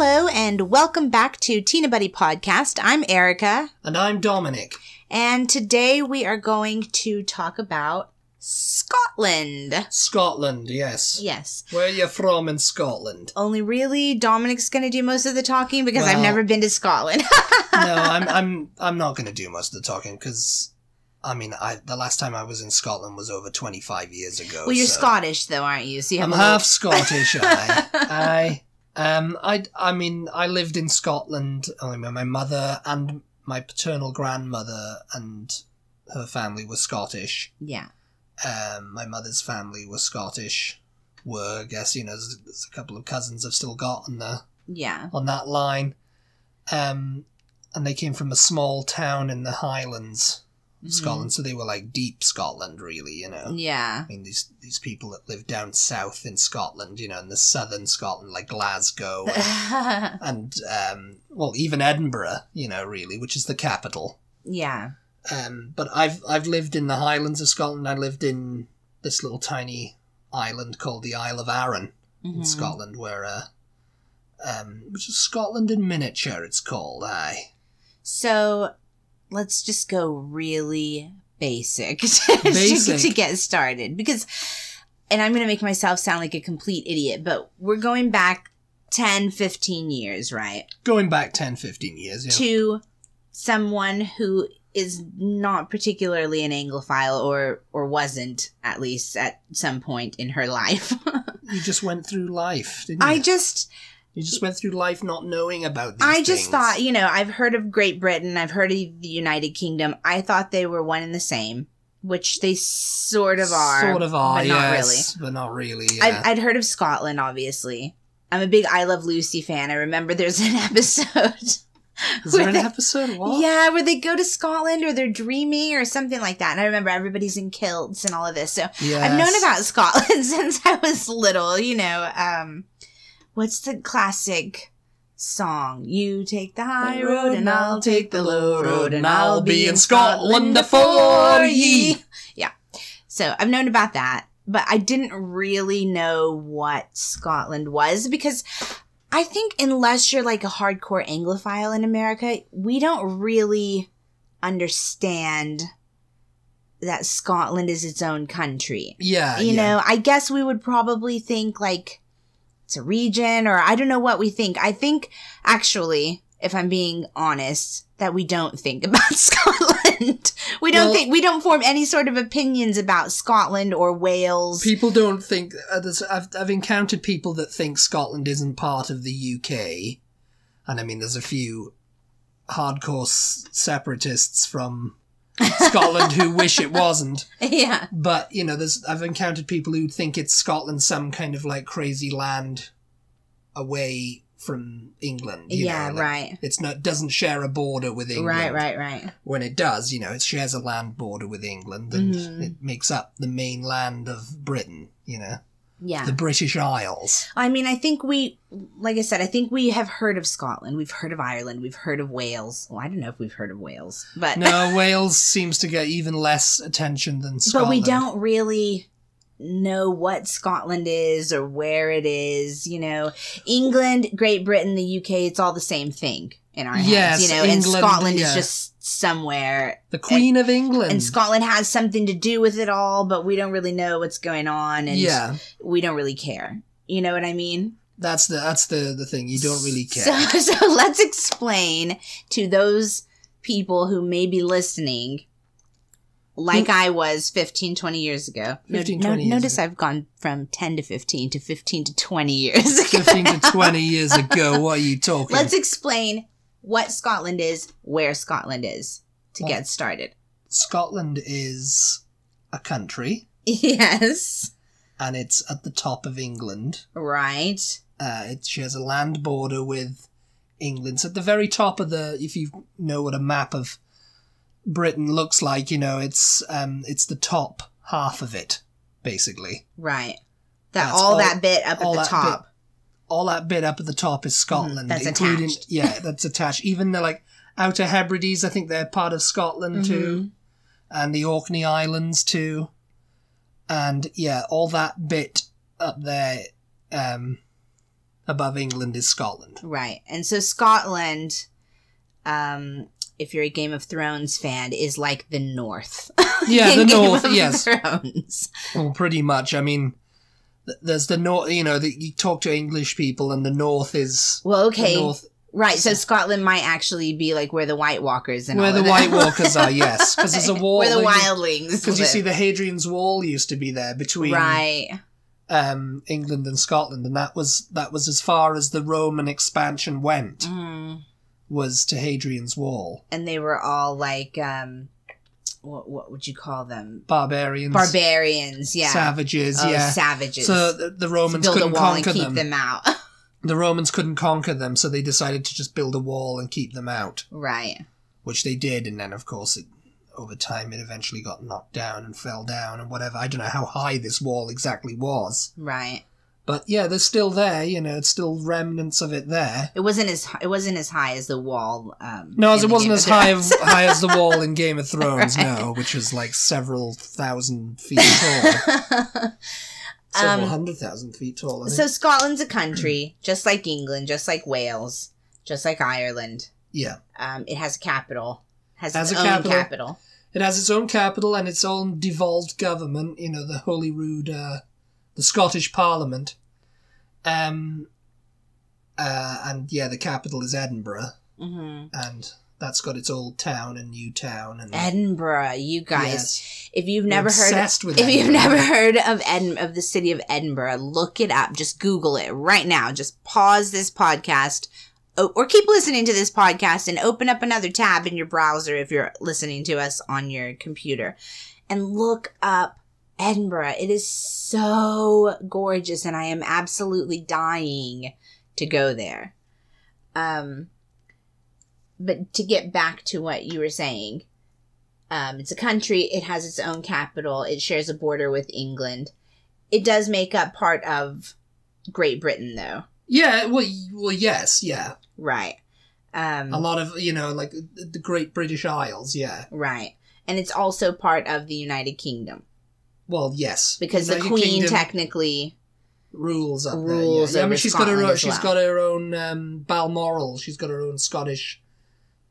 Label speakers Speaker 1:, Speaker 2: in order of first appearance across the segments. Speaker 1: and welcome back to Tina Buddy Podcast. I'm Erica,
Speaker 2: And I'm Dominic.
Speaker 1: and today we are going to talk about Scotland.
Speaker 2: Scotland, yes.
Speaker 1: Yes.
Speaker 2: Where you from in Scotland?
Speaker 1: Only really Dominic's going to do most of the talking because I've
Speaker 2: Well-
Speaker 1: never been to Scotland.
Speaker 2: no, I'm I'm I'm not going to do most of the talking because I mean, I the last time I was in Scotland was over 25 years ago.
Speaker 1: well, you're
Speaker 2: so-
Speaker 1: Scottish though, aren't you? So you have
Speaker 2: I'm
Speaker 1: a little-
Speaker 2: half Scottish. Uh, I, I, um, I, I mean, I lived in Scotland. I mean, my mother and my paternal grandmother and her family were Scottish.
Speaker 1: Yeah.
Speaker 2: Um, my mother's family were Scottish. Were, I guess, you know, there's, there's a couple of cousins I've still got on the
Speaker 1: Yeah.
Speaker 2: on that line. Um, and they came from a small town in the Highlands, of
Speaker 1: Mhm.
Speaker 2: Scotland. So they were like deep Scotland, really. You know.
Speaker 1: Yeah.
Speaker 2: I mean, these these people that live down south in Scotland, you know, in the southern Scotland, like Glasgow and, and um, well, even Edinburgh, you know, really, which is the capital.
Speaker 1: yeah.
Speaker 2: Um, but I've I've lived in the Highlands of Scotland. I lived in this little tiny island called the Isle of Arran in
Speaker 1: Mhm.
Speaker 2: Scotland, where uh, um, which is Scotland in miniature. It's called. Aye,
Speaker 1: So let's just go really basic, to-
Speaker 2: Basic.
Speaker 1: to get started because, and I'm going to make myself sound like a complete idiot, but we're going back 10, 15 years, right?
Speaker 2: going back 10, 15 years. Yeah.
Speaker 1: To someone who is not particularly an Anglophile or, or wasn't at least at some point in her life.
Speaker 2: You just went through life, didn't you?
Speaker 1: I just,
Speaker 2: you just went through life not knowing about. These
Speaker 1: I just
Speaker 2: things.
Speaker 1: thought, you know, I've heard of Great Britain, I've heard of the United Kingdom. I thought they were one and the same, which they sort of are.
Speaker 2: Sort of are,
Speaker 1: but not
Speaker 2: yes, but not really.
Speaker 1: really.
Speaker 2: yeah.
Speaker 1: I've, I'd heard of Scotland, obviously. I'm a big I Love Lucy fan. I remember there's an episode.
Speaker 2: Is there an
Speaker 1: where they-
Speaker 2: episode? What?
Speaker 1: Yeah, where they go to Scotland or they're dreaming or something like that. And I remember everybody's in kilts and all of this. So
Speaker 2: Yes.
Speaker 1: I've known about Scotland since I was little, you know. Um, what's the classic song? You take the high road and I'll take the low road and I'll be in Scotland afore ye. Yeah. So I've known about that, but I didn't really know what Scotland was because I think unless you're like a hardcore Anglophile in America, we don't really understand that Scotland is its own country
Speaker 2: Yeah,
Speaker 1: you
Speaker 2: Uh, yeah.
Speaker 1: know i guess we would probably think like it's a region or i don't know what we think i think actually if i'm being honest that we don't think about scotland we don't
Speaker 2: Well-
Speaker 1: think we don't form any sort of opinions about scotland or wales
Speaker 2: People don't think. Uh, there's- I've, I've encountered people that think Scotland isn't part of the UK, and I mean, there's a few hardcore s- separatists from Scotland who wish it wasn't.
Speaker 1: yeah
Speaker 2: But you know, there's I've encountered people who think it's Scotland, some kind of like crazy land away from England. you
Speaker 1: yeah
Speaker 2: know, like,
Speaker 1: right
Speaker 2: It's not doesn't share a border with England.
Speaker 1: right right right
Speaker 2: when it does, you know, it shares a land border with England and
Speaker 1: Mhm.
Speaker 2: it makes up the mainland of Britain, you know,
Speaker 1: yeah
Speaker 2: the British Isles.
Speaker 1: I mean, I think we, like I said, I think we have heard of Scotland. We've heard of Ireland. We've heard of Wales. Well, I don't know if we've heard of Wales, but
Speaker 2: No, Wales seems to get even less attention than Scotland.
Speaker 1: But we don't really know what Scotland is or where it is. You know, England, Great Britain, the UK, it's all the same thing in our heads.
Speaker 2: Yes,
Speaker 1: you know, and
Speaker 2: England,
Speaker 1: Scotland
Speaker 2: yeah.
Speaker 1: is just somewhere.
Speaker 2: The Queen of England.
Speaker 1: And Scotland has something to do with it all, but we don't really know what's going on and
Speaker 2: Yeah,
Speaker 1: we don't really care. You know what I mean?
Speaker 2: that's the that's the the thing. You don't really care.
Speaker 1: So, so let's explain to those people who may be listening, like I was 15, 20 years ago. No-
Speaker 2: 15,
Speaker 1: no-
Speaker 2: 20 years
Speaker 1: notice
Speaker 2: ago.
Speaker 1: I've gone from 10 to 15 to 15 to 20 years ago.
Speaker 2: Fifteen to twenty years ago, what are you talking?
Speaker 1: Let's explain what Scotland is, where Scotland is to
Speaker 2: Well-
Speaker 1: get started.
Speaker 2: Scotland is a country,
Speaker 1: Yes.
Speaker 2: and it's at the top of England.
Speaker 1: Right.
Speaker 2: Uh, it shares a land border with England. So at the very top of the, if you know what a map of Britain looks like, you know it's um, it's the top half of it, basically.
Speaker 1: Right. That
Speaker 2: That's
Speaker 1: all,
Speaker 2: all-
Speaker 1: that bit up at
Speaker 2: all
Speaker 1: the
Speaker 2: that
Speaker 1: top.
Speaker 2: All that bit up at the top is Scotland,
Speaker 1: Mm, that's
Speaker 2: including
Speaker 1: attached.
Speaker 2: yeah, that's attached. Even the like Outer Hebrides, I think they're part of Scotland
Speaker 1: Mm-hmm.
Speaker 2: too, and the Orkney Islands too, and yeah, all that bit up there um, above England is Scotland.
Speaker 1: Right. And so Scotland, um, if you're a Game of Thrones fan, is like the North.
Speaker 2: Yeah,
Speaker 1: in
Speaker 2: the
Speaker 1: Game
Speaker 2: North.
Speaker 1: of
Speaker 2: Yes,
Speaker 1: Thrones.
Speaker 2: well, pretty much. I mean, th- there's the North. You know, that you talk to English people, and the North is
Speaker 1: Well,
Speaker 2: the
Speaker 1: okay.
Speaker 2: North,
Speaker 1: Right. So Scotland might actually be like where the White Walkers and
Speaker 2: where
Speaker 1: all
Speaker 2: the
Speaker 1: of that-
Speaker 2: White Walkers are. Yes, because there's a wall.
Speaker 1: Where the
Speaker 2: that you-
Speaker 1: wildlings.
Speaker 2: Because you
Speaker 1: live.
Speaker 2: see, the Hadrian's Wall used to be there between
Speaker 1: right.
Speaker 2: um, England and Scotland, and that was that was as far as the Roman expansion went
Speaker 1: Mm.
Speaker 2: was to Hadrian's Wall.
Speaker 1: And they were all like, um, what what would you call them?
Speaker 2: Barbarians,
Speaker 1: Barbarians. Yeah.
Speaker 2: savages,
Speaker 1: Oh,
Speaker 2: yeah.
Speaker 1: Savages.
Speaker 2: so the, the Romans
Speaker 1: build a
Speaker 2: couldn't
Speaker 1: wall and
Speaker 2: conquer
Speaker 1: keep
Speaker 2: them.
Speaker 1: them, out.
Speaker 2: The Romans couldn't conquer them, so they decided to just build a wall and keep them out,
Speaker 1: right.
Speaker 2: which they did. And then, of course, it, over time, it eventually got knocked down and fell down and whatever. I don't know how high this wall exactly was,
Speaker 1: Right.
Speaker 2: but yeah, they're still there. You know, it's still remnants of it there.
Speaker 1: It wasn't as hi- it wasn't as high as the wall. Um,
Speaker 2: No,
Speaker 1: in
Speaker 2: it
Speaker 1: the
Speaker 2: wasn't
Speaker 1: Game
Speaker 2: as
Speaker 1: of
Speaker 2: high,
Speaker 1: Thrones.
Speaker 2: of, high as the wall in Game of Thrones, no, which was like several thousand feet tall. several
Speaker 1: Um,
Speaker 2: hundred thousand feet tall. I think.
Speaker 1: so Scotland's a country, just like England, just like Wales, just like Ireland.
Speaker 2: yeah.
Speaker 1: Um, it has a capital. Has
Speaker 2: Has
Speaker 1: its
Speaker 2: a
Speaker 1: own
Speaker 2: capital.
Speaker 1: capital.
Speaker 2: It has its own capital and its own devolved government, you know, the Holyrood, uh, the Scottish Parliament. Um, uh, and yeah, the capital is Edinburgh,
Speaker 1: hmm
Speaker 2: Mm-hmm. and that's got its old town and new town. And
Speaker 1: Edinburgh, you guys.
Speaker 2: Yes.
Speaker 1: If you've
Speaker 2: We're
Speaker 1: never heard,
Speaker 2: obsessed with
Speaker 1: if you've
Speaker 2: Edinburgh.
Speaker 1: never heard of Ed, of the city of Edinburgh, look it up. Just Google it right now. Just pause this podcast, o- or keep listening to this podcast and open up another tab in your browser if you're listening to us on your computer, and look up Edinburgh. It is so gorgeous, and I am absolutely dying to go there. Um, but to get back to what you were saying. Um, it's a country. It has its own capital. It shares a border with England. It does make up part of Great Britain, though.
Speaker 2: yeah, well, y- well, yes, yeah.
Speaker 1: Right.
Speaker 2: A
Speaker 1: Um,
Speaker 2: lot of, you know, like the- the Great British Isles, yeah.
Speaker 1: right. And it's also part of the United Kingdom
Speaker 2: Well, yes,
Speaker 1: because the
Speaker 2: United
Speaker 1: Queen
Speaker 2: Kingdom
Speaker 1: technically.
Speaker 2: rules up
Speaker 1: rules
Speaker 2: there. Yeah, yeah I
Speaker 1: over
Speaker 2: mean, she's got her
Speaker 1: Scotland
Speaker 2: own,
Speaker 1: as
Speaker 2: she's
Speaker 1: well.
Speaker 2: got her own um, Balmoral. She's got her own Scottish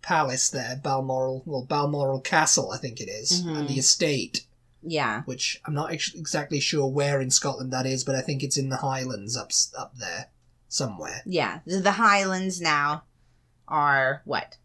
Speaker 2: palace there, Balmoral. Well, Balmoral Castle, I think it is,
Speaker 1: Mhm.
Speaker 2: and the estate,
Speaker 1: Yeah.
Speaker 2: which I'm not ex- exactly sure where in Scotland that is, but I think it's in the Highlands up s- up there somewhere.
Speaker 1: Yeah. The, the Highlands now are what?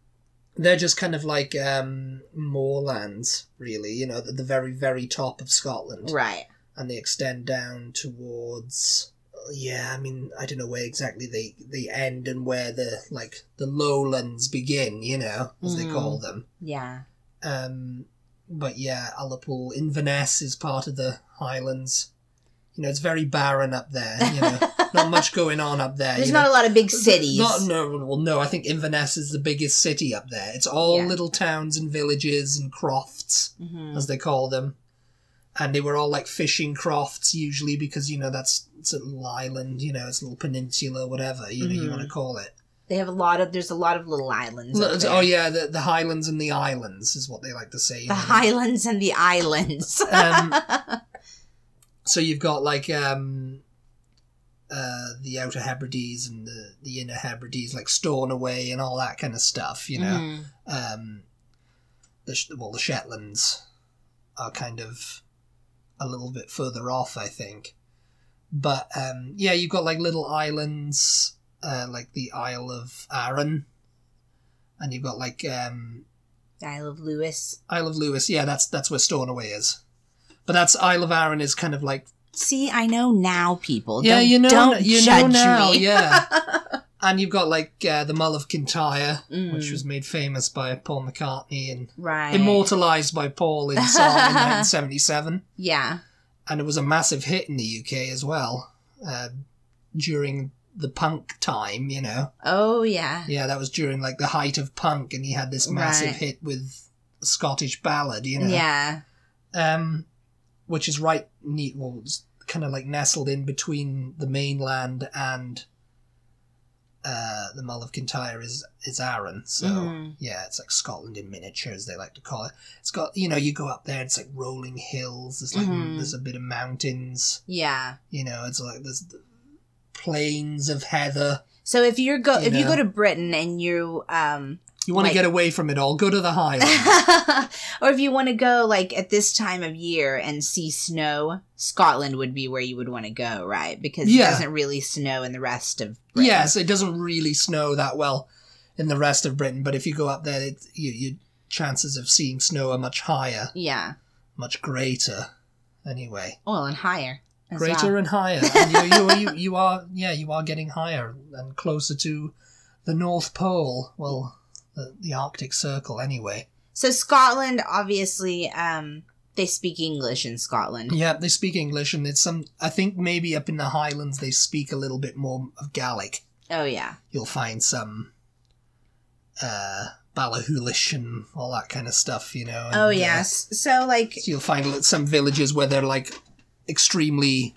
Speaker 2: They're just kind of like um, moorlands, really. You know, at the very very top of Scotland.
Speaker 1: Right.
Speaker 2: and they extend down towards yeah i mean i don't know where exactly they they end and where the like the lowlands begin you know as they
Speaker 1: Mhm.
Speaker 2: call them
Speaker 1: Yeah.
Speaker 2: um but yeah Ullapool, inverness is part of the highlands you know it's very barren up there you know not much going on up there
Speaker 1: There's
Speaker 2: you
Speaker 1: not
Speaker 2: know.
Speaker 1: a lot of big cities.
Speaker 2: Not- no, well, no. I think Inverness is the biggest city up there. It's all
Speaker 1: Yeah.
Speaker 2: little towns and villages and crofts
Speaker 1: Mhm.
Speaker 2: as they call them. And they were all like fishing crofts usually because, you know, that's it's a little island, you know, it's a little peninsula, whatever, you know, you
Speaker 1: Mhm.
Speaker 2: want to call it.
Speaker 1: They have a lot of. There's a lot of little islands. up
Speaker 2: Look,
Speaker 1: there.
Speaker 2: oh, yeah, the, the highlands and the islands is what they like to say. you
Speaker 1: The
Speaker 2: know.
Speaker 1: Highlands and the Islands.
Speaker 2: um, so you've got like um, uh, the Outer Hebrides and the, the Inner Hebrides, like Stornoway and all that kind of stuff, you know.
Speaker 1: Mhm.
Speaker 2: um, the Sh- well, the Shetlands are kind of a little bit further off, I think. But um, yeah, you've got like little islands, uh, like the Isle of Arran, and you've got like um,
Speaker 1: Isle of Lewis.
Speaker 2: Isle of Lewis. Yeah, that's that's where Stornoway is. But that's Isle of Arran is kind of like
Speaker 1: See, I know now, people.
Speaker 2: yeah,
Speaker 1: Don't-
Speaker 2: you know,
Speaker 1: don't
Speaker 2: you know
Speaker 1: judge
Speaker 2: now,
Speaker 1: me.
Speaker 2: yeah. And you've got like uh, the Mull of Kintyre,
Speaker 1: Mm,
Speaker 2: which was made famous by Paul McCartney and
Speaker 1: right.
Speaker 2: immortalized by Paul in song in 1977,
Speaker 1: Yeah,
Speaker 2: and it was a massive hit in the UK as well uh, during the punk time. You know,
Speaker 1: oh yeah,
Speaker 2: yeah, that was during like the height of punk, and he had this massive
Speaker 1: Right.
Speaker 2: hit with a Scottish ballad. You know,
Speaker 1: yeah,
Speaker 2: um, which is right neat, well, kind of like nestled in between the mainland and. Uh, the Mull of Kintyre is is Arran, so
Speaker 1: Mhm.
Speaker 2: yeah, it's like Scotland in miniature, as they like to call it. It's got you know, you go up there, it's like rolling hills. There's like
Speaker 1: Mhm.
Speaker 2: there's a bit of mountains.
Speaker 1: yeah,
Speaker 2: You know, it's like there's plains of heather.
Speaker 1: So if you're go
Speaker 2: You
Speaker 1: if you
Speaker 2: know.
Speaker 1: go to Britain and you um
Speaker 2: You want to
Speaker 1: Like-
Speaker 2: get away from it all. Go to the highlands.
Speaker 1: or if you want to go like at this time of year and see snow, Scotland would be where you would want to go, right? Because
Speaker 2: Yeah.
Speaker 1: it doesn't really snow in the rest of Britain.
Speaker 2: yes, it doesn't really snow that well in the rest of Britain, but if you go up there, it, you, your chances of seeing snow are much higher,
Speaker 1: Yeah.
Speaker 2: much greater. Anyway,
Speaker 1: Well, and higher. as
Speaker 2: greater
Speaker 1: well.
Speaker 2: and higher. And you, you, you, you are, yeah, you are getting higher and closer to the North Pole. Well, the, the Arctic Circle, anyway.
Speaker 1: So Scotland, obviously, um, they speak English in Scotland.
Speaker 2: Yeah, they speak English, and it's some. I think maybe up in the Highlands they speak a little bit more of Gaelic.
Speaker 1: Oh yeah.
Speaker 2: You'll find some uh, Balahulish and all that kind of stuff, you know. and,
Speaker 1: Oh
Speaker 2: uh,
Speaker 1: yes. So like,
Speaker 2: so you'll find li- some villages where they're like extremely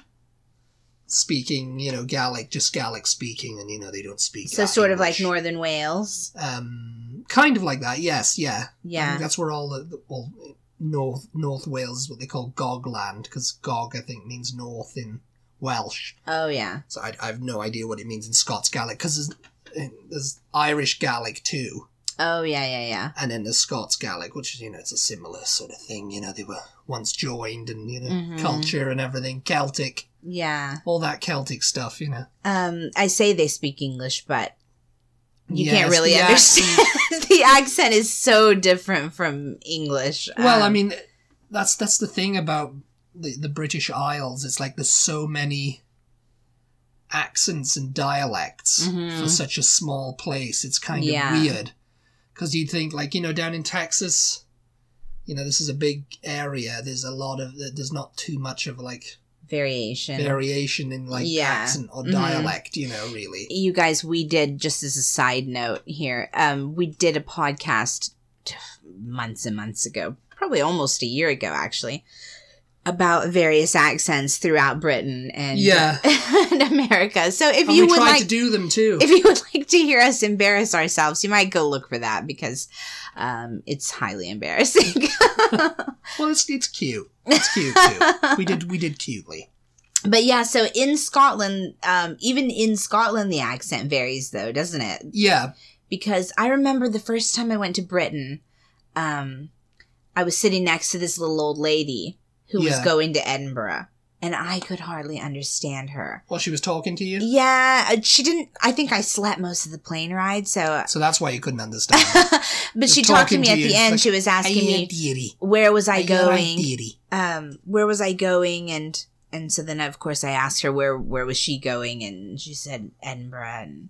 Speaker 2: speaking, you know, Gaelic, just Gaelic speaking, and you know they don't speak.
Speaker 1: so
Speaker 2: uh,
Speaker 1: sort of like
Speaker 2: English.
Speaker 1: Northern Wales.
Speaker 2: Um, kind of like that. Yes. Yeah. I think
Speaker 1: Yeah.
Speaker 2: that's where all the, the well, North North Wales is what they call Gog land because Gog I think means north in Welsh.
Speaker 1: Oh yeah.
Speaker 2: So I, I have no idea what it means in Scots Gaelic because there's, there's Irish Gaelic too,
Speaker 1: Oh yeah. Yeah yeah.
Speaker 2: and then there's Scots Gaelic, which is you know it's a similar sort of thing. You know they were once joined and you know
Speaker 1: Mhm.
Speaker 2: culture and everything Celtic,
Speaker 1: Yeah.
Speaker 2: all that Celtic stuff. You know
Speaker 1: Um, I say they speak English, but you
Speaker 2: Yes,
Speaker 1: can't really
Speaker 2: the
Speaker 1: understand.
Speaker 2: accent-
Speaker 1: the accent is so different from English.
Speaker 2: Well, I
Speaker 1: Um,
Speaker 2: mean, that's that's the thing about the, the British Isles. It's like there's so many accents and dialects
Speaker 1: Mhm.
Speaker 2: for such a small place. It's kind
Speaker 1: Yeah.
Speaker 2: of weird because you'd think, like you know, down in Texas, you know, this is a big area. There's a lot of there's not too much of like
Speaker 1: variation.
Speaker 2: variation in like
Speaker 1: Yeah.
Speaker 2: accent or
Speaker 1: Mhm.
Speaker 2: dialect. You know, really.
Speaker 1: you guys, we did just as a side note here. Um, we did a podcast t- months and months ago, probably almost a year ago, actually, about various accents throughout Britain and
Speaker 2: Yeah.
Speaker 1: and America. So if
Speaker 2: And
Speaker 1: you
Speaker 2: we
Speaker 1: would
Speaker 2: tried
Speaker 1: like
Speaker 2: to do them too.
Speaker 1: if you would like to hear us embarrass ourselves, you might go look for that because um, it's highly embarrassing.
Speaker 2: well, it's it's cute. It's cute too. we did we did cutely.
Speaker 1: but yeah, so in Scotland, um, even in Scotland, the accent varies though, doesn't it?
Speaker 2: Yeah.
Speaker 1: Because I remember the first time I went to Britain, um, I was sitting next to this little old lady who was
Speaker 2: Yeah.
Speaker 1: going to Edinburgh, and I could hardly understand her.
Speaker 2: While she was talking to you.
Speaker 1: Yeah, uh, she didn't. I think I slept most of the plane ride, so.
Speaker 2: So that's why you couldn't understand.
Speaker 1: but she
Speaker 2: Just
Speaker 1: talked to
Speaker 2: talking
Speaker 1: me
Speaker 2: to
Speaker 1: at
Speaker 2: you,
Speaker 1: the
Speaker 2: it's
Speaker 1: end.
Speaker 2: like,
Speaker 1: she was asking me,
Speaker 2: deity.
Speaker 1: "Where was I going?"
Speaker 2: deity.
Speaker 1: um where was i going and and so then of course i asked her where where was she going and she said edinburgh and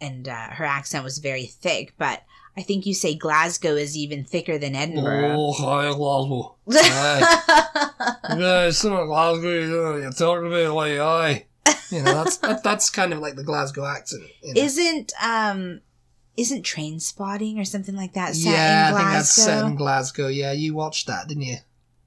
Speaker 1: and uh, her accent was very thick but i think you say glasgow is even thicker than edinburgh
Speaker 2: Oh, hi, Glasgow. Aye. yeah, it's not Glasgow. you know, You're talking to me like I. You know, that's that, that's kind of like the Glasgow accent. You know?
Speaker 1: isn't um isn't train spotting or something like that set
Speaker 2: yeah,
Speaker 1: in
Speaker 2: I think that's
Speaker 1: glasgow
Speaker 2: set in Glasgow. Yeah, you watched that, didn't you?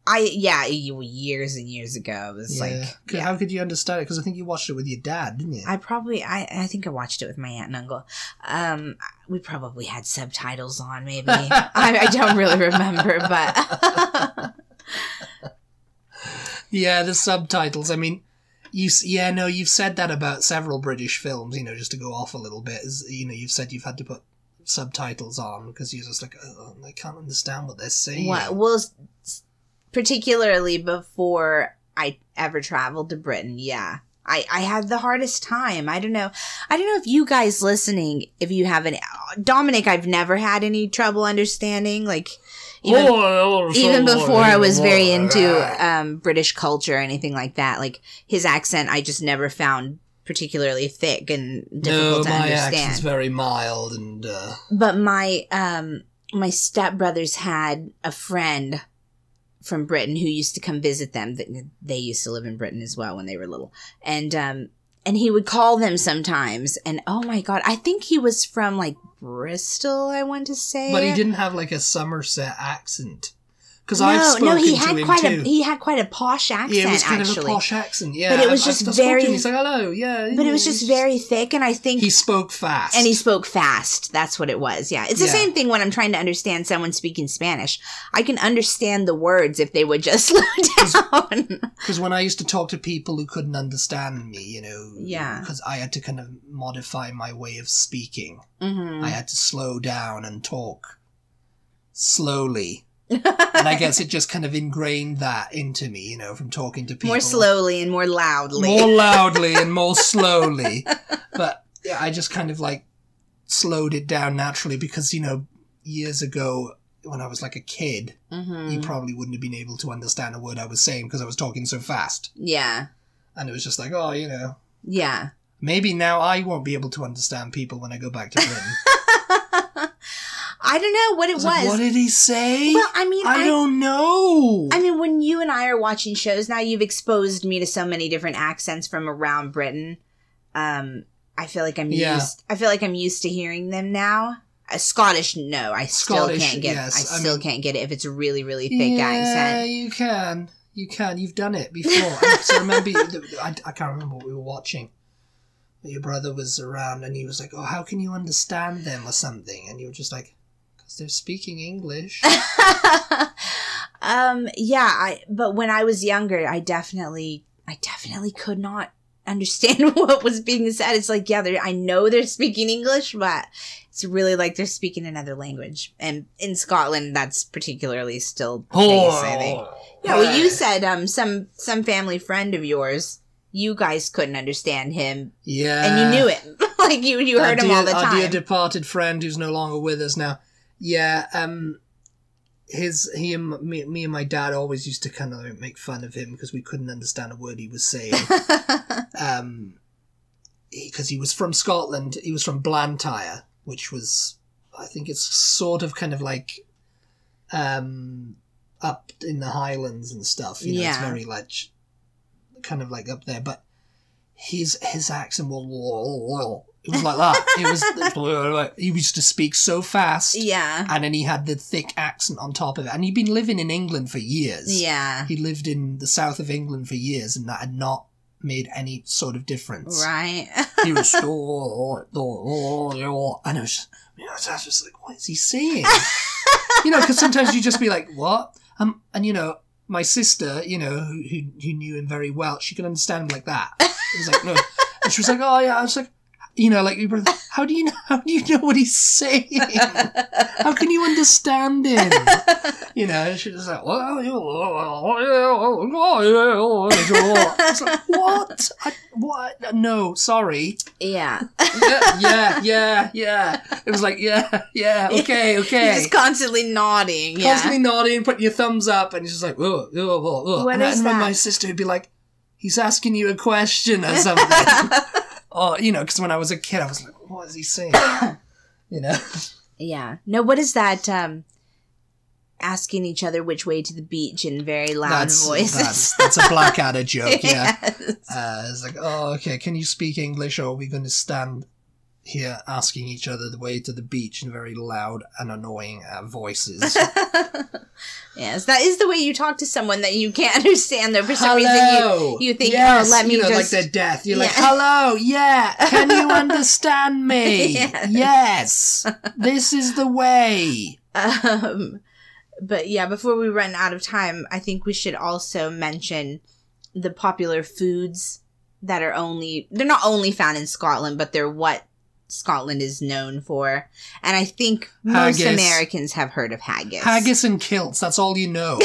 Speaker 1: i yeah you- years and years ago it was
Speaker 2: yeah.
Speaker 1: like
Speaker 2: C- How could you understand it? Because I think you watched it with your dad, didn't you?
Speaker 1: I probably I, I think I watched it with my aunt and uncle. Um, we probably had subtitles on, maybe. I, I don't really remember, but
Speaker 2: yeah, the subtitles. I mean, you s- yeah, no, you've said that about several British films. You know, just to go off a little bit, is you know, you've said you've had to put subtitles on because you're just like, oh, I can't understand what they're saying.
Speaker 1: Well, well, s- particularly before I ever traveled to Britain, yeah. I, I had the hardest time. I don't know. I don't know if you guys listening, if you have any Dominic, I've never had any trouble understanding. Like even Oh, even before I was very into um, British culture or anything like that, like his accent, I just never found particularly thick and
Speaker 2: no,
Speaker 1: difficult to
Speaker 2: my accent's
Speaker 1: understand.
Speaker 2: very mild and uh,
Speaker 1: but my um, my stepbrothers had a friend from Britain who used to come visit them. Th- They used to live in Britain as well when they were little, and um, and he would call them sometimes. And oh my god, I think he was from like Bristol. I want to say,
Speaker 2: but he didn't have like a Somerset accent Because I've spoken
Speaker 1: he
Speaker 2: to
Speaker 1: had
Speaker 2: him
Speaker 1: quite
Speaker 2: too.
Speaker 1: a he had quite a posh accent
Speaker 2: yeah, it was kind
Speaker 1: actually.
Speaker 2: of a posh accent. Yeah,
Speaker 1: But it was
Speaker 2: I- I-
Speaker 1: just
Speaker 2: I spoke to him,
Speaker 1: very-
Speaker 2: He's like, hello, yeah.
Speaker 1: but it was
Speaker 2: yeah,
Speaker 1: just
Speaker 2: he's
Speaker 1: very thick and I think
Speaker 2: He spoke fast,
Speaker 1: and he spoke fast. That's what it was. Yeah. It's the
Speaker 2: Yeah.
Speaker 1: same thing when I'm trying to understand someone speaking Spanish. I can understand the words if they would just slow down.
Speaker 2: because when I used to talk to people who couldn't understand me, you know,
Speaker 1: Yeah.
Speaker 2: because I had to kind of modify my way of speaking.
Speaker 1: Mhm.
Speaker 2: I had to slow down and talk slowly. and I guess it just kind of ingrained that into me, you know, from talking to people
Speaker 1: more slowly and more loudly.
Speaker 2: more loudly and more slowly. But yeah, I just kind of like slowed it down naturally because you know years ago when I was like a kid,
Speaker 1: Mhm.
Speaker 2: you probably wouldn't have been able to understand a word I was saying because I was talking so fast,
Speaker 1: Yeah.
Speaker 2: and it was just like, oh, you know,
Speaker 1: Yeah.
Speaker 2: maybe now I won't be able to understand people when I go back to Britain.
Speaker 1: I don't know what
Speaker 2: I
Speaker 1: it
Speaker 2: was
Speaker 1: was.
Speaker 2: like, what did he say?
Speaker 1: well, I mean,
Speaker 2: I, don't know.
Speaker 1: I mean, when you and I are watching shows now, you've exposed me to so many different accents from around Britain. Um, I feel like I'm
Speaker 2: Yeah.
Speaker 1: used. I feel like I'm used to hearing them now. Uh, Scottish, no, I
Speaker 2: Scottish,
Speaker 1: still can't get.
Speaker 2: yes,
Speaker 1: I
Speaker 2: I
Speaker 1: still
Speaker 2: mean-
Speaker 1: can't get it if it's a really, really thick
Speaker 2: yeah,
Speaker 1: accent.
Speaker 2: you can. You can. You've done it before. I so remember, I, I can't remember what we were watching. But your brother was around and he was like, Oh, how can you understand them or something? And you were just like, Because they're speaking English.
Speaker 1: um, yeah, I. But when I was younger, I definitely, I definitely could not understand what was being said. It's like, yeah, they're, I know they're speaking English, but it's really like they're speaking another language. And in Scotland, that's particularly still the case,
Speaker 2: Oh,
Speaker 1: I think. Yeah, well, you said um, some some family friend of yours. You guys couldn't understand him,
Speaker 2: Yeah.
Speaker 1: and you knew it. like you, you heard him all the
Speaker 2: Our dear
Speaker 1: time.
Speaker 2: departed friend who's no longer with us now. Yeah, um. His he and m- me, me and my dad always used to kind of make fun of him because we couldn't understand a word he was saying. um because he was from Scotland. He was from Blantyre, which was I think it's sort of kind of like um up in the Highlands and stuff. You know, it's
Speaker 1: Yeah.
Speaker 2: very like kind of like up there, but his his accent was it was like that. It was he used to speak so fast.
Speaker 1: yeah,
Speaker 2: And then he had the thick accent on top of it. And he'd been living in England for years
Speaker 1: yeah,
Speaker 2: he lived in the south of England for years, and that had not made any sort of difference.
Speaker 1: right.
Speaker 2: He was and I was just, you know, I was just like, what is he saying? you know, because sometimes you just be like, what? Um, and you know, my sister, you know, who, who who knew him very well, she could understand him like that. It was like, no, and she was like, oh yeah, I was like. You know, like how do you know? How do you know what he's saying? How can you understand him? You know, she's just like, well, you- it's like, what? I, what? No, sorry.
Speaker 1: yeah,
Speaker 2: Yeah, yeah, yeah, yeah. It was like, yeah, yeah, okay,
Speaker 1: He's
Speaker 2: okay.
Speaker 1: just constantly nodding. Yeah,
Speaker 2: Constantly nodding, putting your thumbs up, and he's just like, oh, oh, oh, oh.
Speaker 1: What
Speaker 2: and I-
Speaker 1: is
Speaker 2: and my-
Speaker 1: that?
Speaker 2: my sister would be like, he's asking you a question or something. or, you know, because when I was a kid, I was like, what is he saying? You know?
Speaker 1: yeah. No, what is that? Um, asking each other which way to the beach in very loud voices.
Speaker 2: That's, that's a Blackadder joke, yeah.
Speaker 1: Yes.
Speaker 2: Uh, it's like, oh, okay, can you speak English or are we going to stand here asking each other the way to the beach in very loud and annoying uh, voices?
Speaker 1: yes, that is the way you talk to someone that you can't understand. Though for some reason you you think, oh, let me
Speaker 2: you know,
Speaker 1: just-
Speaker 2: like their death. You're like,
Speaker 1: Yeah.
Speaker 2: hello, yeah, can you understand me?
Speaker 1: Yes.
Speaker 2: yes, this is the way.
Speaker 1: Um, but yeah, before we run out of time, I think we should also mention the popular foods that are only they're not only found in Scotland, but they're what Scotland is known for. And I think most
Speaker 2: Haggis.
Speaker 1: Americans have heard of haggis.
Speaker 2: Haggis and kilts, that's all you know.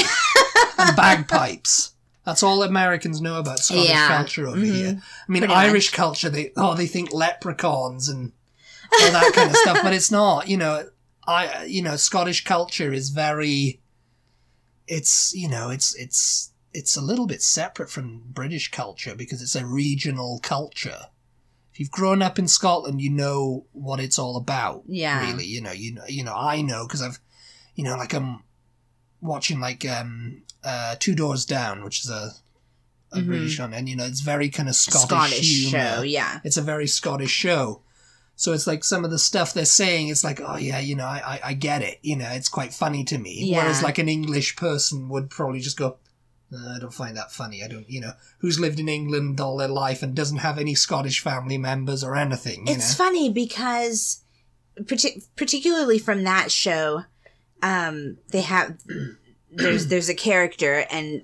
Speaker 2: and bagpipes. That's all Americans know about Scottish
Speaker 1: Yeah.
Speaker 2: culture over
Speaker 1: Mhm.
Speaker 2: here. I mean,
Speaker 1: Pretty much.
Speaker 2: Irish culture, they oh, they think leprechauns and all that kind of stuff, but it's not. You know, I you know, Scottish culture is very. It's you know, it's it's it's a little bit separate from British culture because it's a regional culture. If you've grown up in Scotland, you know what it's all about
Speaker 1: Yeah.
Speaker 2: really you know you know you know i know because i've you know like i'm watching like um uh two doors down which is a, a
Speaker 1: Mhm.
Speaker 2: british one and you know it's very kind of
Speaker 1: A
Speaker 2: scottish,
Speaker 1: Scottish
Speaker 2: humor.
Speaker 1: show, yeah.
Speaker 2: it's a very scottish show So it's like some of the stuff they're saying, it's like, oh yeah, you know, I, I, I get it. You know, it's quite funny to me.
Speaker 1: Yeah.
Speaker 2: Whereas like an English person would probably just go, "No, I don't find that funny. I don't, you know, who's lived in England all their life and doesn't have any Scottish family members or anything. You
Speaker 1: It's
Speaker 2: know?
Speaker 1: funny because, partic- particularly from that show, um, they have there's there's a character and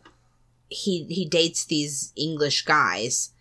Speaker 1: he he dates these English guys,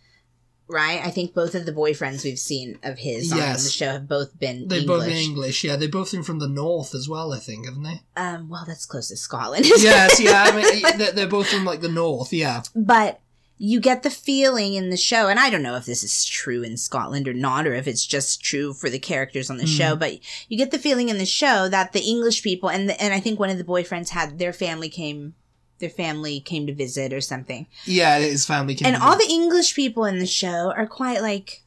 Speaker 1: right? I think both of the boyfriends we've seen of his on
Speaker 2: Yes.
Speaker 1: the show have both been
Speaker 2: They're both
Speaker 1: English.
Speaker 2: English, yeah. They're both in from the north as well, I think, haven't they?
Speaker 1: um, well, that's close to Scotland.
Speaker 2: yes, yeah. I mean, they're, they're both from like the north, yeah.
Speaker 1: but you get the feeling in the show and i don't know if this is true in scotland or not or if it's just true for the characters on the
Speaker 2: Mm.
Speaker 1: show but you get the feeling in the show that the english people and the, and i think one of the boyfriends had their family came their family came to visit or something
Speaker 2: Yeah, his family can.
Speaker 1: and all the english people in the show are quite like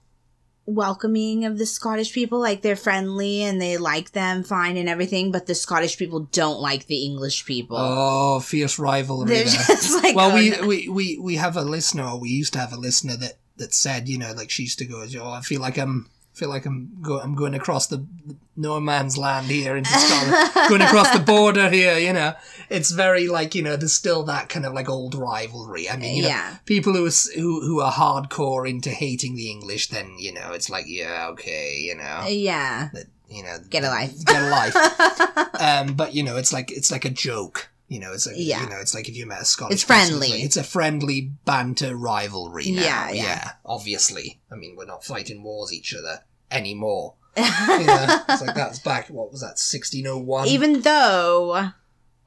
Speaker 1: welcoming of the scottish people like they're friendly and they like them fine and everything but the scottish people don't like the english people
Speaker 2: Oh, fierce rivalry.
Speaker 1: they're
Speaker 2: There.
Speaker 1: just like
Speaker 2: well,
Speaker 1: oh,
Speaker 2: we,
Speaker 1: no.
Speaker 2: we, we, we have a listener, or we used to have a listener that, that said, you know, like she used to go, "Oh, I feel like I'm feel like I'm go, I'm going across the no man's land here into Scotland, going across the border here. You know, it's very like you know, there's still that kind of like old rivalry. I mean, you know,
Speaker 1: yeah
Speaker 2: people who are, s- who who are hardcore into hating the English, then you know, it's like yeah, okay, you know,
Speaker 1: yeah
Speaker 2: that you know,
Speaker 1: Get a life.
Speaker 2: get a life. um, but you know, it's like it's like a joke. You know, it's like
Speaker 1: Yeah.
Speaker 2: you know, it's like if you met a Scottish.
Speaker 1: It's
Speaker 2: person,
Speaker 1: friendly.
Speaker 2: It's, like- it's a friendly banter rivalry. Now.
Speaker 1: Yeah,
Speaker 2: Yeah,
Speaker 1: yeah.
Speaker 2: yeah, Obviously, I mean, we're not fighting wars each other anymore. You know? it's like
Speaker 1: Even
Speaker 2: that's back. What was that? Sixteen oh one.
Speaker 1: though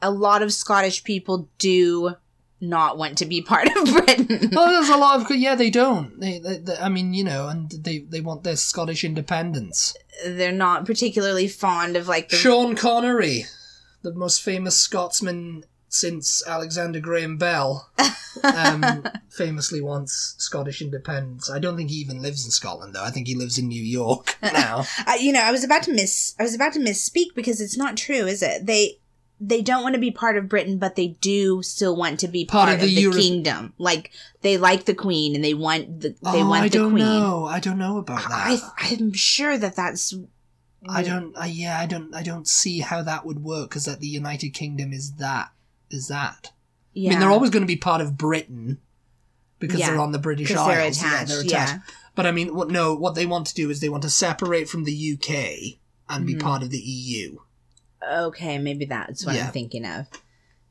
Speaker 1: a lot of Scottish people do not want to be part of Britain.
Speaker 2: Oh, there's a lot of yeah. They don't. They, they, they, I mean, you know, and they they want their Scottish independence.
Speaker 1: They're not particularly fond of like the
Speaker 2: Sean Connery, the most famous Scotsman since Alexander Graham Bell, um, famously wants Scottish independence. I don't think he even lives in Scotland, though. I think he lives in New York now.
Speaker 1: I, you know, I was about to miss I was about to misspeak because it's not true, is it? They they don't want to be part of Britain, but they do still want to be part, of the,
Speaker 2: Euro-
Speaker 1: kingdom. Like they like the queen and they want the they
Speaker 2: oh,
Speaker 1: want
Speaker 2: I
Speaker 1: the
Speaker 2: don't
Speaker 1: queen.
Speaker 2: know. I don't know about
Speaker 1: I,
Speaker 2: that.
Speaker 1: I'm sure that that's
Speaker 2: I, don't. I, yeah, I don't. I don't see how that would work because that the United Kingdom is that is that.
Speaker 1: Yeah.
Speaker 2: I mean, they're always going to be part of Britain because
Speaker 1: Yeah,
Speaker 2: they're on the British
Speaker 1: because
Speaker 2: Isles.
Speaker 1: they're
Speaker 2: Yeah,
Speaker 1: attached.
Speaker 2: they're
Speaker 1: yeah.
Speaker 2: But I mean, what, no, what they want to do is they want to separate from the UK and be
Speaker 1: Mhm.
Speaker 2: part of the E EU.
Speaker 1: Okay, maybe that's what
Speaker 2: Yeah.
Speaker 1: I'm thinking of.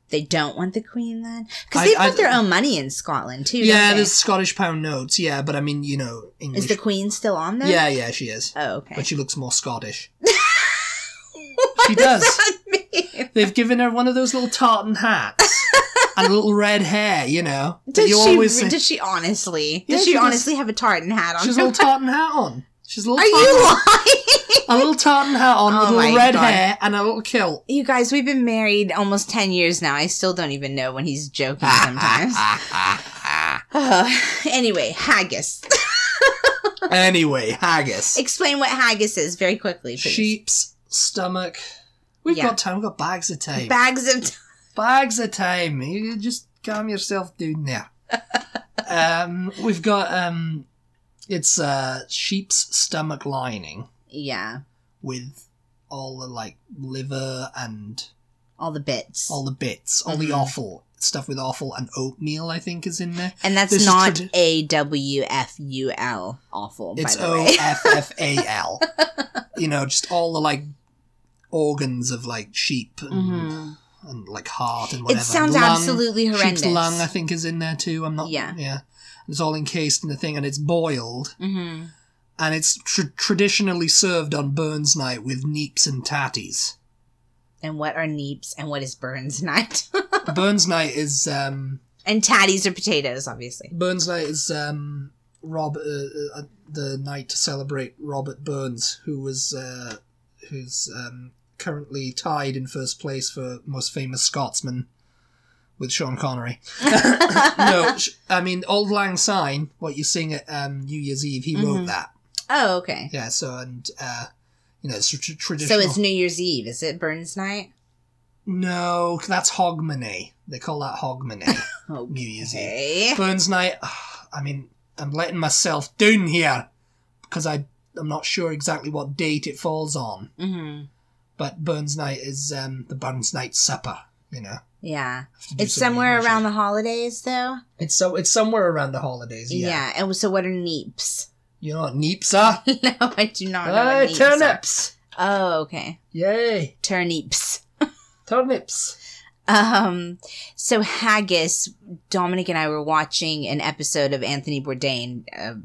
Speaker 1: They don't want the queen then, because
Speaker 2: I-
Speaker 1: they've
Speaker 2: I-
Speaker 1: got their own money in Scotland too.
Speaker 2: yeah,
Speaker 1: don't they?
Speaker 2: there's Scottish pound notes. Yeah, but I mean, you know, English.
Speaker 1: is the queen still on there?
Speaker 2: yeah, yeah, she is,
Speaker 1: Oh, okay.
Speaker 2: but she looks more Scottish.
Speaker 1: What
Speaker 2: she
Speaker 1: does
Speaker 2: does.
Speaker 1: that mean?
Speaker 2: They've given her one of those little tartan hats and little red hair. You know, that
Speaker 1: Does
Speaker 2: you
Speaker 1: she?
Speaker 2: always say-
Speaker 1: does she honestly?
Speaker 2: Yeah,
Speaker 1: does
Speaker 2: she
Speaker 1: she,
Speaker 2: does.
Speaker 1: honestly have a tartan hat on?
Speaker 2: She has a
Speaker 1: her?
Speaker 2: little tartan hat on. She's a little
Speaker 1: Are
Speaker 2: tartan,
Speaker 1: you lying?
Speaker 2: a little tartan hat on
Speaker 1: Oh
Speaker 2: with little
Speaker 1: my
Speaker 2: red
Speaker 1: God.
Speaker 2: hair and a little kilt.
Speaker 1: You guys, we've been married almost ten years now. I still don't even know when he's joking sometimes. Ugh. anyway, haggis.
Speaker 2: anyway, haggis.
Speaker 1: Explain what haggis is very quickly, please.
Speaker 2: sheep's stomach. We've
Speaker 1: Yeah.
Speaker 2: got time. We've got bags of time.
Speaker 1: Bags of.
Speaker 2: bags of time. You just calm yourself down there. um, we've got um, it's uh, sheep's stomach lining
Speaker 1: yeah,
Speaker 2: with all the like liver and
Speaker 1: all the bits.
Speaker 2: all the bits, all the
Speaker 1: Mhm.
Speaker 2: offal stuff with offal and oatmeal. I think is in there.
Speaker 1: And that's
Speaker 2: This is
Speaker 1: not
Speaker 2: tradi-
Speaker 1: A W F U L awful,
Speaker 2: It's
Speaker 1: Oh, by the
Speaker 2: O
Speaker 1: way.
Speaker 2: F F A L. You know, just all the like organs of like sheep and,
Speaker 1: Mhm.
Speaker 2: and like heart and
Speaker 1: It
Speaker 2: whatever.
Speaker 1: sounds
Speaker 2: Lung.
Speaker 1: absolutely horrendous.
Speaker 2: Sheep's lung, I think, is in there too. I'm not.
Speaker 1: Yeah.
Speaker 2: Yeah. It's all encased in the thing, and it's boiled,
Speaker 1: Mhm.
Speaker 2: and it's tr- traditionally served on Burns Night with neeps and tatties.
Speaker 1: And what are neeps and what is Burns night?
Speaker 2: Burns Night is um,
Speaker 1: and tatties are potatoes, obviously.
Speaker 2: Burns Night is um, Rob uh, uh, the night to celebrate Robert Burns, who was uh, who's um, currently tied in first place for most famous Scotsman with Sean Connery. no, sh- I mean Old Lang Syne. What you sing at um, New Year's Eve, he wrote
Speaker 1: Mhm.
Speaker 2: that.
Speaker 1: Oh, okay.
Speaker 2: Yeah. So and uh, you know, it's tr- tr-
Speaker 1: So
Speaker 2: traditional.
Speaker 1: it's New Year's Eve, is it Burns night?
Speaker 2: no, that's Hogmanay. They call that Hogmanay.
Speaker 1: Okay.
Speaker 2: New Year's Eve.
Speaker 1: Okay.
Speaker 2: Ah, Burns Night. I mean, I'm letting myself down here because I I'm not sure exactly what date it falls on,
Speaker 1: Mm-hmm.
Speaker 2: but Burns Night is um, the Burns Night supper. You know,
Speaker 1: Yeah.
Speaker 2: have to do
Speaker 1: It's
Speaker 2: some
Speaker 1: somewhere
Speaker 2: research.
Speaker 1: around the holidays, though.
Speaker 2: It's so it's somewhere around the holidays. Yeah,
Speaker 1: Yeah. And so, what are neeps?
Speaker 2: you know what neeps are?
Speaker 1: no, I do not know.
Speaker 2: Uh,
Speaker 1: what neeps are.
Speaker 2: turnips.
Speaker 1: Oh, okay.
Speaker 2: Yay,
Speaker 1: Turnips.
Speaker 2: turnips.
Speaker 1: Um, so Haggis, Dominic and I were watching an episode of Anthony Bourdain uh,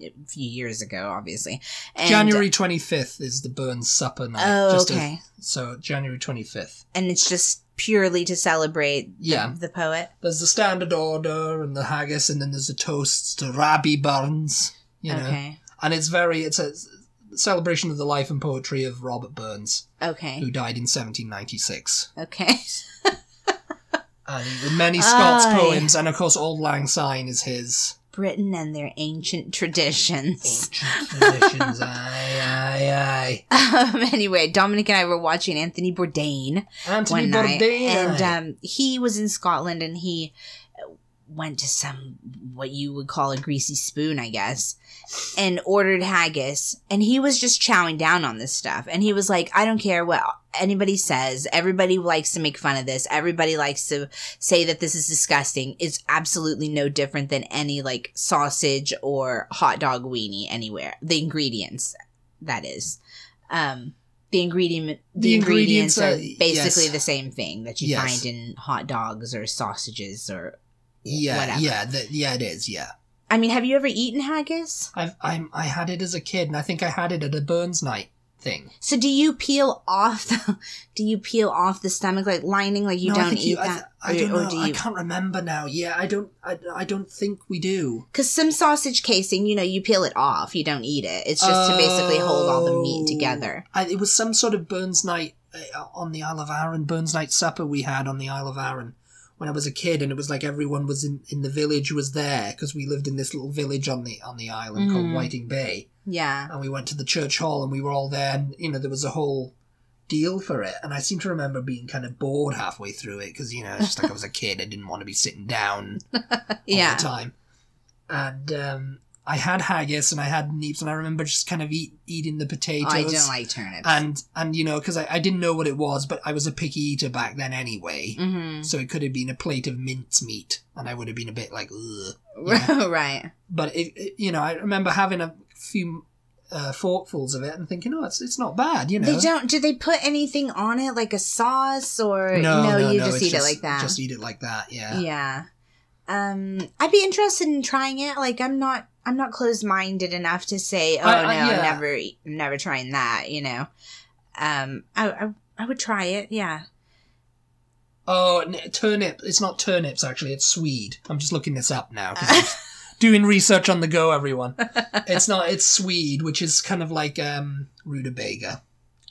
Speaker 1: a few years ago, obviously. And,
Speaker 2: January 25th is the Burns supper night.
Speaker 1: Oh,
Speaker 2: just a-
Speaker 1: okay.
Speaker 2: so January 25th.
Speaker 1: and it's just purely to celebrate
Speaker 2: Yeah.
Speaker 1: the poet.
Speaker 2: There's the standard order and the haggis, and then there's the toasts to Rabbi Burns. You know,
Speaker 1: okay.
Speaker 2: and it's very it's a celebration of the life and poetry of Robert Burns,
Speaker 1: Okay.
Speaker 2: who died in 1796.
Speaker 1: Okay.
Speaker 2: and he- many Scots
Speaker 1: Aye.
Speaker 2: poems, and of course, Old Lang Syne is his
Speaker 1: Britain and their ancient traditions.
Speaker 2: ancient traditions. aye, aye,
Speaker 1: Um, anyway, Dominic and I were watching Anthony Bourdain
Speaker 2: aye. Anthony
Speaker 1: one night,
Speaker 2: Bourdain.
Speaker 1: and um, he was in Scotland, and he went to some what you would call a greasy spoon, I guess, and ordered haggis, and he was just chowing down on this stuff, and he was like, "I don't care what." Anybody says everybody likes to make fun of this. Everybody likes to say that this is disgusting. It's absolutely no different than any like sausage or hot dog weenie anywhere. The ingredients, that is, um, the ingredient the,
Speaker 2: The
Speaker 1: ingredients,
Speaker 2: ingredients
Speaker 1: are,
Speaker 2: are-
Speaker 1: basically
Speaker 2: yes.
Speaker 1: the same thing that you
Speaker 2: Yes.
Speaker 1: find in hot dogs or sausages or
Speaker 2: yeah,
Speaker 1: whatever.
Speaker 2: yeah, th- yeah, it is. Yeah,
Speaker 1: I mean, have you ever eaten haggis?
Speaker 2: I've I'm, I had it as a kid, and I think I had it at a Burns night thing.
Speaker 1: So do you peel off the do you peel off the stomach like lining like you
Speaker 2: No, I
Speaker 1: don't
Speaker 2: think
Speaker 1: eat
Speaker 2: I th-
Speaker 1: that?
Speaker 2: I, don't
Speaker 1: or- or
Speaker 2: know.
Speaker 1: do
Speaker 2: I
Speaker 1: you-
Speaker 2: can't remember now. Yeah, I don't. I, I don't think we do.
Speaker 1: Because some sausage casing, you know, you peel it off, you don't eat it. It's just to basically hold all the meat
Speaker 2: Oh.
Speaker 1: together.
Speaker 2: I, it was some sort of Burns night uh, on the Isle of Arran, Burns night supper we had on the Isle of Arran when I was a kid, and it was like everyone was in, in the village was there because we lived in this little village on the on the island called
Speaker 1: Mhm.
Speaker 2: Whiting Bay,
Speaker 1: Yeah.
Speaker 2: and we went to the church hall and we were all there, and you know there was a whole deal for it, and I seem to remember being kind of bored halfway through it because you know it's just like I was a kid, I didn't want to be sitting down all
Speaker 1: Yeah.
Speaker 2: Oh,
Speaker 1: Oh,
Speaker 2: the time. And um, I had haggis and I had neeps, and I remember just kind of eat, eating the potatoes.
Speaker 1: I don't like turnips.
Speaker 2: and and you know because I, I didn't know what it was, but I was a picky eater back then anyway,
Speaker 1: hmm
Speaker 2: so it could have been a plate of mince meat, and I would have been a bit like, Ugh.
Speaker 1: right.
Speaker 2: but it, it- you know I remember having a few uh, forkfuls of it and thinking, oh, it's it's not bad, you know.
Speaker 1: They don't. Do they put anything on it, like a sauce, or
Speaker 2: no, no,
Speaker 1: you
Speaker 2: no,
Speaker 1: just
Speaker 2: it's
Speaker 1: eat it like that?
Speaker 2: Just eat it like that, yeah.
Speaker 1: yeah. Um, I'd be interested in trying it. Like, I'm not. I'm not closed-minded enough to say, "Oh
Speaker 2: I- I-
Speaker 1: no, I'm
Speaker 2: yeah.
Speaker 1: never, eat- I'm never trying that." You know. Um, I, I, I would try it. Yeah.
Speaker 2: Oh, n- turnip. It's not turnips actually. It's swede. I'm just looking this up now. 'cause I'm doing research on the go, everyone. It's not. It's swede, which is kind of like um rutabaga.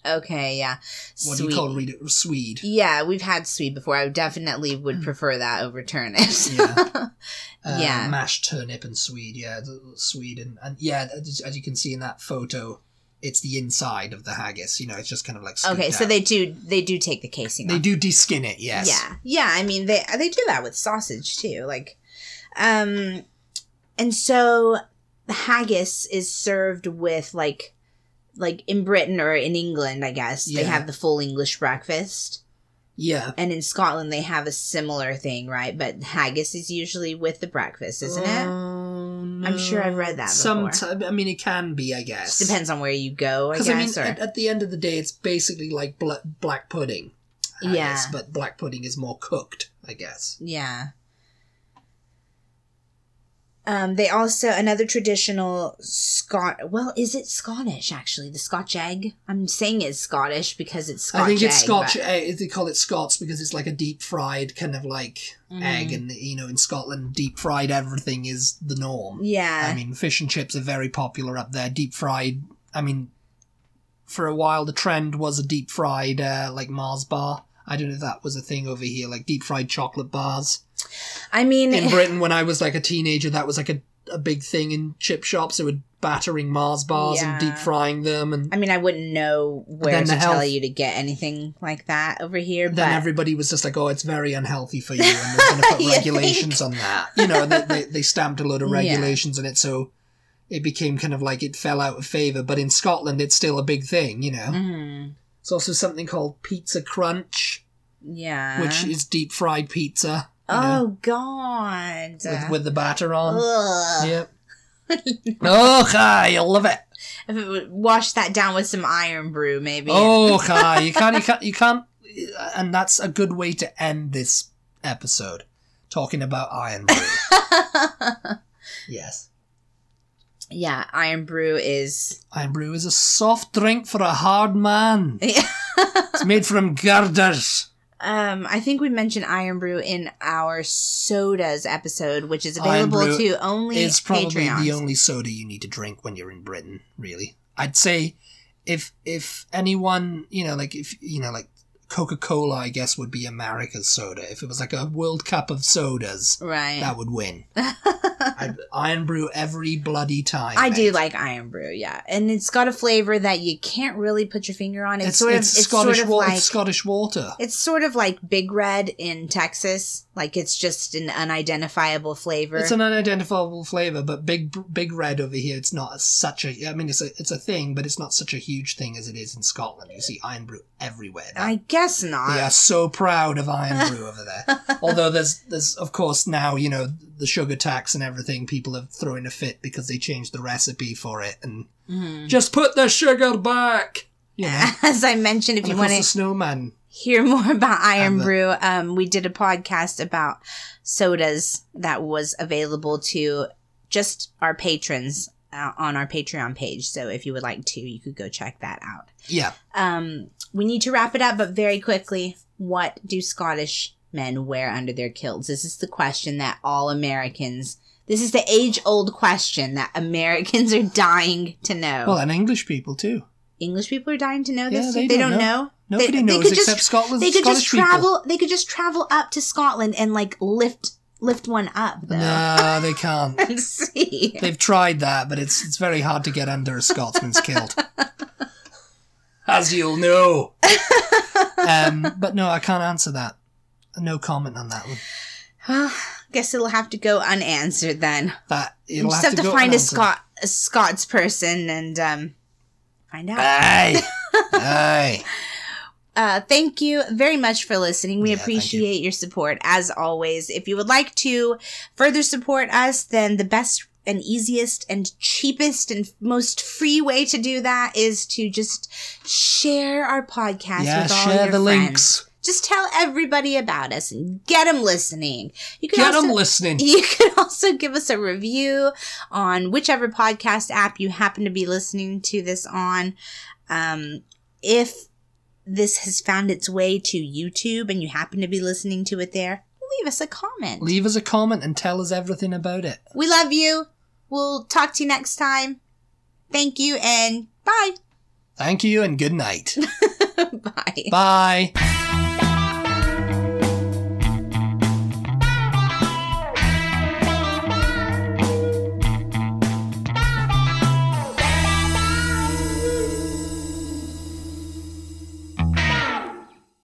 Speaker 1: okay. Yeah.
Speaker 2: What do you call ruta- swede?
Speaker 1: Yeah, we've had sweet before. I definitely would prefer that over turnips.
Speaker 2: Hmm. Yeah. Uh,
Speaker 1: Yeah.
Speaker 2: mashed turnip and swede. Yeah, the- the swede and, and yeah, as as you can see in that photo, it's the inside of the haggis. You know, it's just kind of like scooped
Speaker 1: okay, so
Speaker 2: out.
Speaker 1: they do they do take the casing
Speaker 2: they
Speaker 1: off.
Speaker 2: do deskin it. Yes.
Speaker 1: Yeah. Yeah, I mean they they do that with sausage too. Like um and so the haggis is served with like like in Britain or in England, I guess, they
Speaker 2: Yeah.
Speaker 1: have the full English breakfast.
Speaker 2: Yeah.
Speaker 1: And in Scotland they have a similar thing, right? But haggis is usually with the breakfast, isn't
Speaker 2: Oh.
Speaker 1: it? I'm sure I've read that before.
Speaker 2: Sometimes, I mean, it can be, I guess.
Speaker 1: Just depends on where you go, I
Speaker 2: Because
Speaker 1: guess.
Speaker 2: I mean,
Speaker 1: or...
Speaker 2: at, at the end of the day, it's basically like bl- black pudding. I
Speaker 1: Yeah.
Speaker 2: guess, but black pudding is more cooked, I guess.
Speaker 1: Yeah. Um, they also another traditional Scot. Well, is it Scottish actually? The Scotch egg. I'm saying it's Scottish because it's Scotch.
Speaker 2: I think it's
Speaker 1: egg,
Speaker 2: Scotch.
Speaker 1: but-
Speaker 2: Egg, they call it Scots because it's like a deep fried kind of like
Speaker 1: Mhm.
Speaker 2: egg, and you know, in Scotland, deep fried everything is the norm.
Speaker 1: Yeah.
Speaker 2: I mean, fish and chips are very popular up there. Deep fried. I mean, for a while, the trend was a deep fried uh, like Mars bar. I don't know if that was a thing over here, like deep fried chocolate bars.
Speaker 1: I mean,
Speaker 2: in Britain when I was like a teenager, that was like a, a big thing in chip shops. They were battering Mars bars
Speaker 1: Yeah.
Speaker 2: and deep frying them, and
Speaker 1: I mean, I wouldn't know where
Speaker 2: then
Speaker 1: to
Speaker 2: the
Speaker 1: tell
Speaker 2: health-
Speaker 1: you to get anything like that over here.
Speaker 2: then
Speaker 1: But
Speaker 2: everybody was just like, "Oh, it's very unhealthy for you," and they're going to put
Speaker 1: You
Speaker 2: regulations on that. You know, and they, they, they stamped a load of
Speaker 1: Yeah.
Speaker 2: regulations on it, so it became kind of like it fell out of favour, but in Scotland it's still a big thing, you know.
Speaker 1: Mm.
Speaker 2: It's also something called pizza crunch,
Speaker 1: Yeah.
Speaker 2: which is deep fried pizza. you know,
Speaker 1: Uh-huh. Oh God.
Speaker 2: with, with the batter on.
Speaker 1: Ugh.
Speaker 2: Yep. oh, hi, you'll love it.
Speaker 1: If it would wash that down with some iron brew, maybe.
Speaker 2: Oh, hi, you can't, you can't, you can't. And that's a good way to end this episode, talking about Iron Brew. yes.
Speaker 1: yeah, iron brew is.
Speaker 2: Iron Brew is a soft drink for a hard man. it's made from girders.
Speaker 1: Um, I think we mentioned Iron Brew in our sodas episode, which is
Speaker 2: Iron
Speaker 1: available
Speaker 2: Brew
Speaker 1: to only
Speaker 2: It's probably
Speaker 1: Patreons.
Speaker 2: the only soda you need to drink when you're in Britain, really. I'd say if if anyone, you know, like if you know like Coca-Cola I guess would be America's soda. If it was like a World Cup of sodas,
Speaker 1: right.
Speaker 2: that would win. I'd Iron Brew every bloody time.
Speaker 1: I do
Speaker 2: mate.
Speaker 1: like Iron Brew, yeah, and it's got a flavor that you can't really put your finger on. It's,
Speaker 2: it's,
Speaker 1: sort of
Speaker 2: it's
Speaker 1: it's
Speaker 2: Scottish
Speaker 1: sort of
Speaker 2: water.
Speaker 1: like
Speaker 2: it's Scottish water.
Speaker 1: It's sort of like Big Red in Texas. Like it's just an unidentifiable flavor.
Speaker 2: It's an unidentifiable flavor, but big big red over here. It's not such a. I mean, it's a it's a thing, but it's not such a huge thing as it is in Scotland. You see Iron Brew everywhere. now.
Speaker 1: I guess not.
Speaker 2: They are so proud of Iron Brew over there. Although there's there's of course now you know the sugar tax and everything. People are throwing a fit because they changed the recipe for it and
Speaker 1: Mhm.
Speaker 2: just put the sugar back. You know.
Speaker 1: As I mentioned, if
Speaker 2: And
Speaker 1: you
Speaker 2: of
Speaker 1: want
Speaker 2: course,
Speaker 1: to
Speaker 2: the snowman.
Speaker 1: hear more about Iron
Speaker 2: the-
Speaker 1: Brew, um, we did a podcast about sodas that was available to just our patrons uh, on our Patreon page. So if you would like to, you could go check that out.
Speaker 2: Yeah,
Speaker 1: Um, we need to wrap it up, but very quickly, what do Scottish men wear under their kilts? This is the question that all Americans. This is the age-old question that Americans are dying to know.
Speaker 2: Oh. well, and English people too.
Speaker 1: English people are dying to know
Speaker 2: Yeah,
Speaker 1: this.
Speaker 2: they
Speaker 1: they,
Speaker 2: don't
Speaker 1: don't
Speaker 2: know.
Speaker 1: know.
Speaker 2: Nobody
Speaker 1: they
Speaker 2: knows
Speaker 1: could just-
Speaker 2: except Scotland.
Speaker 1: They could
Speaker 2: Scottish
Speaker 1: just travel. They could just travel up to Scotland and like lift lift one up though
Speaker 2: People. Nah, they can't.
Speaker 1: and see.
Speaker 2: They've tried that, but it's it's very hard to get under a Scotsman's kilt. As you'll know. um, but no, I can't answer that. No comment on that one.
Speaker 1: Well, guess it'll have to go unanswered then.
Speaker 2: That
Speaker 1: You
Speaker 2: it'll
Speaker 1: just
Speaker 2: have,
Speaker 1: have, to,
Speaker 2: go
Speaker 1: find a
Speaker 2: unanswered.
Speaker 1: Scot a Scots person and um, find out.
Speaker 2: Aye, aye.
Speaker 1: Uh, thank you very much for listening. We
Speaker 2: Yeah, thank you.
Speaker 1: appreciate your support as always. If you would like to further support us, then the best and easiest and cheapest and most free way to do that is to just share our podcast
Speaker 2: yeah,
Speaker 1: with all
Speaker 2: share
Speaker 1: your
Speaker 2: the
Speaker 1: friends.
Speaker 2: links.
Speaker 1: Just tell everybody about us and get them listening. You can
Speaker 2: Get
Speaker 1: also- e-
Speaker 2: them listening.
Speaker 1: you can also give us a review on whichever podcast app you happen to be listening to this on. Um, if this has found its way to YouTube and you happen to be listening to it there, leave us a comment.
Speaker 2: Leave us a comment and tell us everything about it.
Speaker 1: We love you. We'll talk to you next time. Thank you and bye.
Speaker 2: Thank you and good night.
Speaker 1: bye.
Speaker 2: Bye.